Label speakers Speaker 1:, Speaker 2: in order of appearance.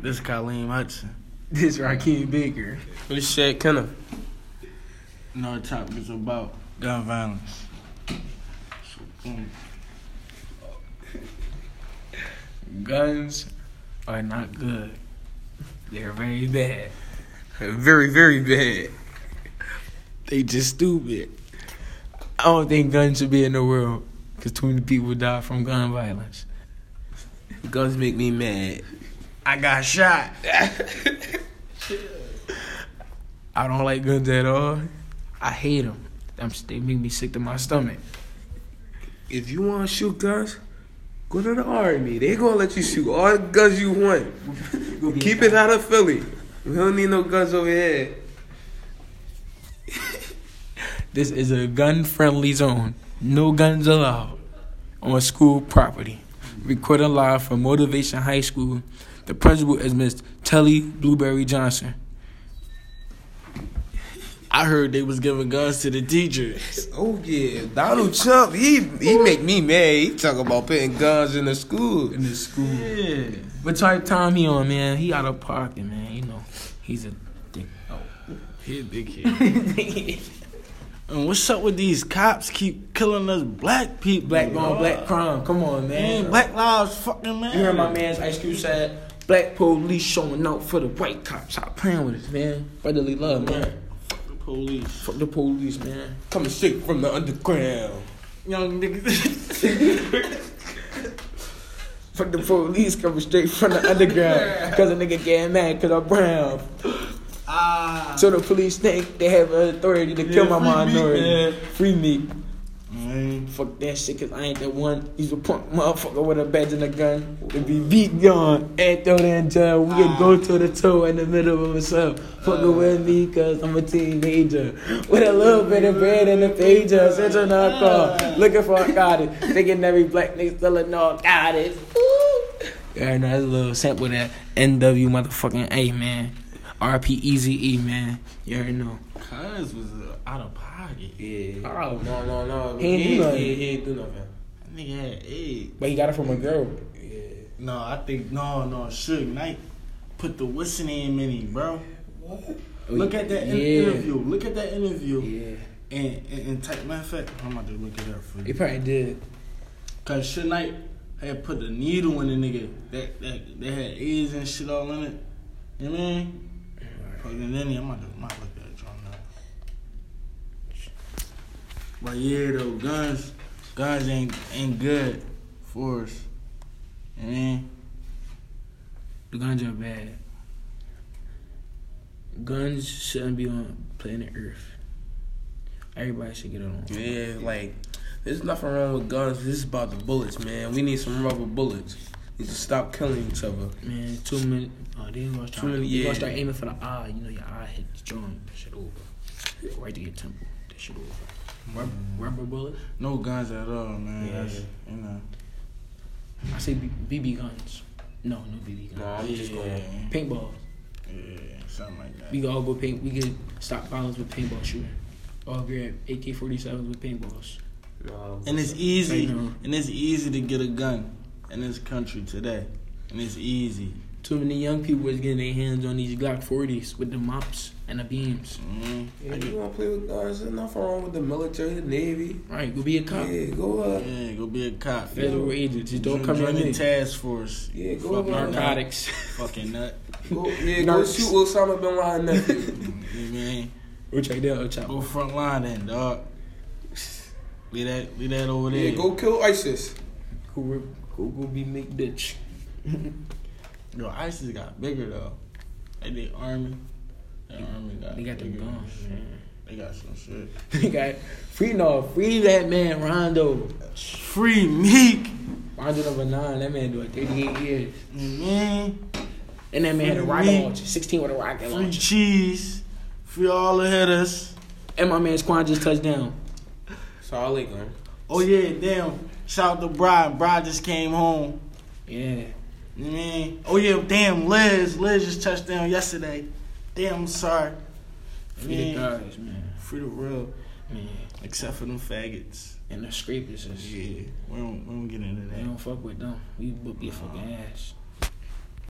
Speaker 1: This is Kaleem Hudson.
Speaker 2: This Raheem Baker.
Speaker 3: This Shaq Kenna.
Speaker 1: No topic is about gun violence. So, mm,
Speaker 2: Guns are not good. They're very bad.
Speaker 3: Very, very bad.
Speaker 2: They just stupid. I don't think guns should be in the world because too many people die from gun violence.
Speaker 3: Guns make me mad.
Speaker 2: I got shot. I don't like guns at all. I hate them. they make me sick to my stomach.
Speaker 3: If you want to shoot guns, go to the army. They gonna let you shoot all the guns you want. Keep it out of Philly. We don't need no guns over here.
Speaker 2: This is a gun friendly zone. No guns allowed on school property. Recorded live from Motivation High School. The principal is Miss Telly Blueberry Johnson.
Speaker 1: I heard they was giving guns to the teachers.
Speaker 3: Oh yeah, Donald Trump. He he make me mad. He talk about putting guns in the school.
Speaker 2: In the school.
Speaker 1: Yeah.
Speaker 2: What type of time he on, man? He out of pocket, man. You know, he's a dick.
Speaker 1: Here, big kid. and what's up with these cops keep killing us black people?
Speaker 2: Black on black crime. Come on, man.
Speaker 1: Man, black lives fucking man.
Speaker 2: You heard my man's Ice Cube said, "Black police showing out for the white cops." Stop playing with us, man. Brotherly love, man.
Speaker 1: Police.
Speaker 2: Fuck the police, man.
Speaker 3: Coming straight from the underground.
Speaker 2: Young niggas. Fuck the police coming straight from the underground. Cause a nigga getting mad cause I'm brown.
Speaker 1: Ah.
Speaker 2: So the police think they have authority to kill my minority. Free me.
Speaker 1: Man.
Speaker 2: Fuck that shit, cause I ain't the one. He's a punk motherfucker with a badge and a gun. To be beat gone and throw that in jail. We can go to the toe in the middle of itself. Fucking with me, cause I'm a teenager. With a little bit of bread and a pager. Such an alcohol. Looking for a got it. Thinking every black nigga still a no got it. Ooh. Yeah, no, that's a little sample of that NW motherfucking A, man. RP Easy E, man. You already know.
Speaker 1: Cuz was uh, out of pocket.
Speaker 3: Yeah.
Speaker 2: Oh,
Speaker 3: No, no, no.
Speaker 2: He ain't do nothing.
Speaker 3: ain't do nothing.
Speaker 1: That nigga had AIDS.
Speaker 2: But he got it from a girl.
Speaker 3: Yeah.
Speaker 1: No, I think no, no. Suge Knight put the what's in him in him, bro. Look at that in- interview. Look at that interview.
Speaker 2: Yeah.
Speaker 1: And, and, and type matter of fact, I'm about to look it up for
Speaker 2: He
Speaker 1: you.
Speaker 2: probably did.
Speaker 1: Cause Suge Knight had put the needle in the nigga that that they had AIDS and shit all in it. You know what I mean? Fucking then I'm about to, I'm about to look at it on that. But yeah, though guns, guns ain't ain't good for us. You know what I mean?
Speaker 2: The guns are bad. Guns shouldn't be on planet Earth. Everybody should get along.
Speaker 3: Yeah, like there's nothing wrong with guns. This is about the bullets, man. We need some rubber bullets. We need to stop killing each other.
Speaker 2: Man, too many. Oh, they gonna
Speaker 3: Too
Speaker 2: start.
Speaker 3: many-
Speaker 2: You
Speaker 3: yeah.
Speaker 2: gonna start aiming for the eye. You know your eye hit the drum. That shit over. Right to your temple. That shit over. Rubber,
Speaker 3: Mm.
Speaker 2: rubber bullet.
Speaker 1: No guns at all, man.
Speaker 2: Yeah.
Speaker 1: That's, you know.
Speaker 2: I say B- BB guns. No, no BB guns.
Speaker 3: Nah, I'm just going.
Speaker 2: Paintball.
Speaker 1: Yeah, something like that.
Speaker 2: We can all go paint. We can stop violence with paintball shooting. All grab AK-47s with paintballs.
Speaker 3: No.
Speaker 1: And it's easy.
Speaker 2: Right now.
Speaker 1: And it's easy to get a gun in this country today. And it's easy.
Speaker 2: Too many young people is getting their hands on these Glock 40s with the mops and the beams.
Speaker 1: Mm.
Speaker 3: Yeah, you wanna play with guns? There's nothing wrong with the military, the navy.
Speaker 2: Right, go be a cop.
Speaker 3: Yeah, go uh, up.
Speaker 1: Yeah, go be a cop.
Speaker 2: Federal agent. Just don't
Speaker 1: Join-
Speaker 2: come
Speaker 1: join
Speaker 2: in
Speaker 1: the
Speaker 2: here.
Speaker 1: task force.
Speaker 3: Yeah, go
Speaker 1: Fucking
Speaker 3: over
Speaker 1: nut.
Speaker 2: Narcotics.
Speaker 1: Fucking nut.
Speaker 3: Go, yeah, go
Speaker 2: Narcs.
Speaker 3: shoot Osama bin Laden. nephew.
Speaker 1: You mean?
Speaker 2: Which I did, which I
Speaker 1: Go front line then, dog. Leave that, leave that over there.
Speaker 3: yeah, go kill ISIS.
Speaker 2: Who rip- who go be make bitch.
Speaker 1: Yo, ISIS got bigger though. They did army. That army got.
Speaker 2: They got them
Speaker 1: bigger.
Speaker 2: guns, man.
Speaker 1: They got some shit.
Speaker 2: They got free no, free that man Rondo.
Speaker 1: Free Meek.
Speaker 2: Rondo number nine, that man doing 38 years.
Speaker 1: Man.
Speaker 2: And that man had a
Speaker 1: Free
Speaker 2: rocket
Speaker 1: me.
Speaker 2: launcher, 16 with a rocket
Speaker 1: Free
Speaker 2: launcher.
Speaker 1: cheese. Free all the hitters.
Speaker 2: And my man Squad just touched down.
Speaker 3: So I like him.
Speaker 1: Oh yeah, damn. Shout out to Brian. Brian just came home.
Speaker 2: Yeah.
Speaker 1: You know what I mean? Oh yeah, damn Liz. Liz just touched down yesterday. Damn, I'm sorry.
Speaker 2: Free the
Speaker 1: Yeah.
Speaker 2: guys, man.
Speaker 1: Free the real.
Speaker 2: Man.
Speaker 1: Except for them faggots.
Speaker 2: And the scrapers is
Speaker 1: Yeah. We don't we don't get into
Speaker 2: We
Speaker 1: that.
Speaker 2: don't fuck with them. We whoop your fucking ass.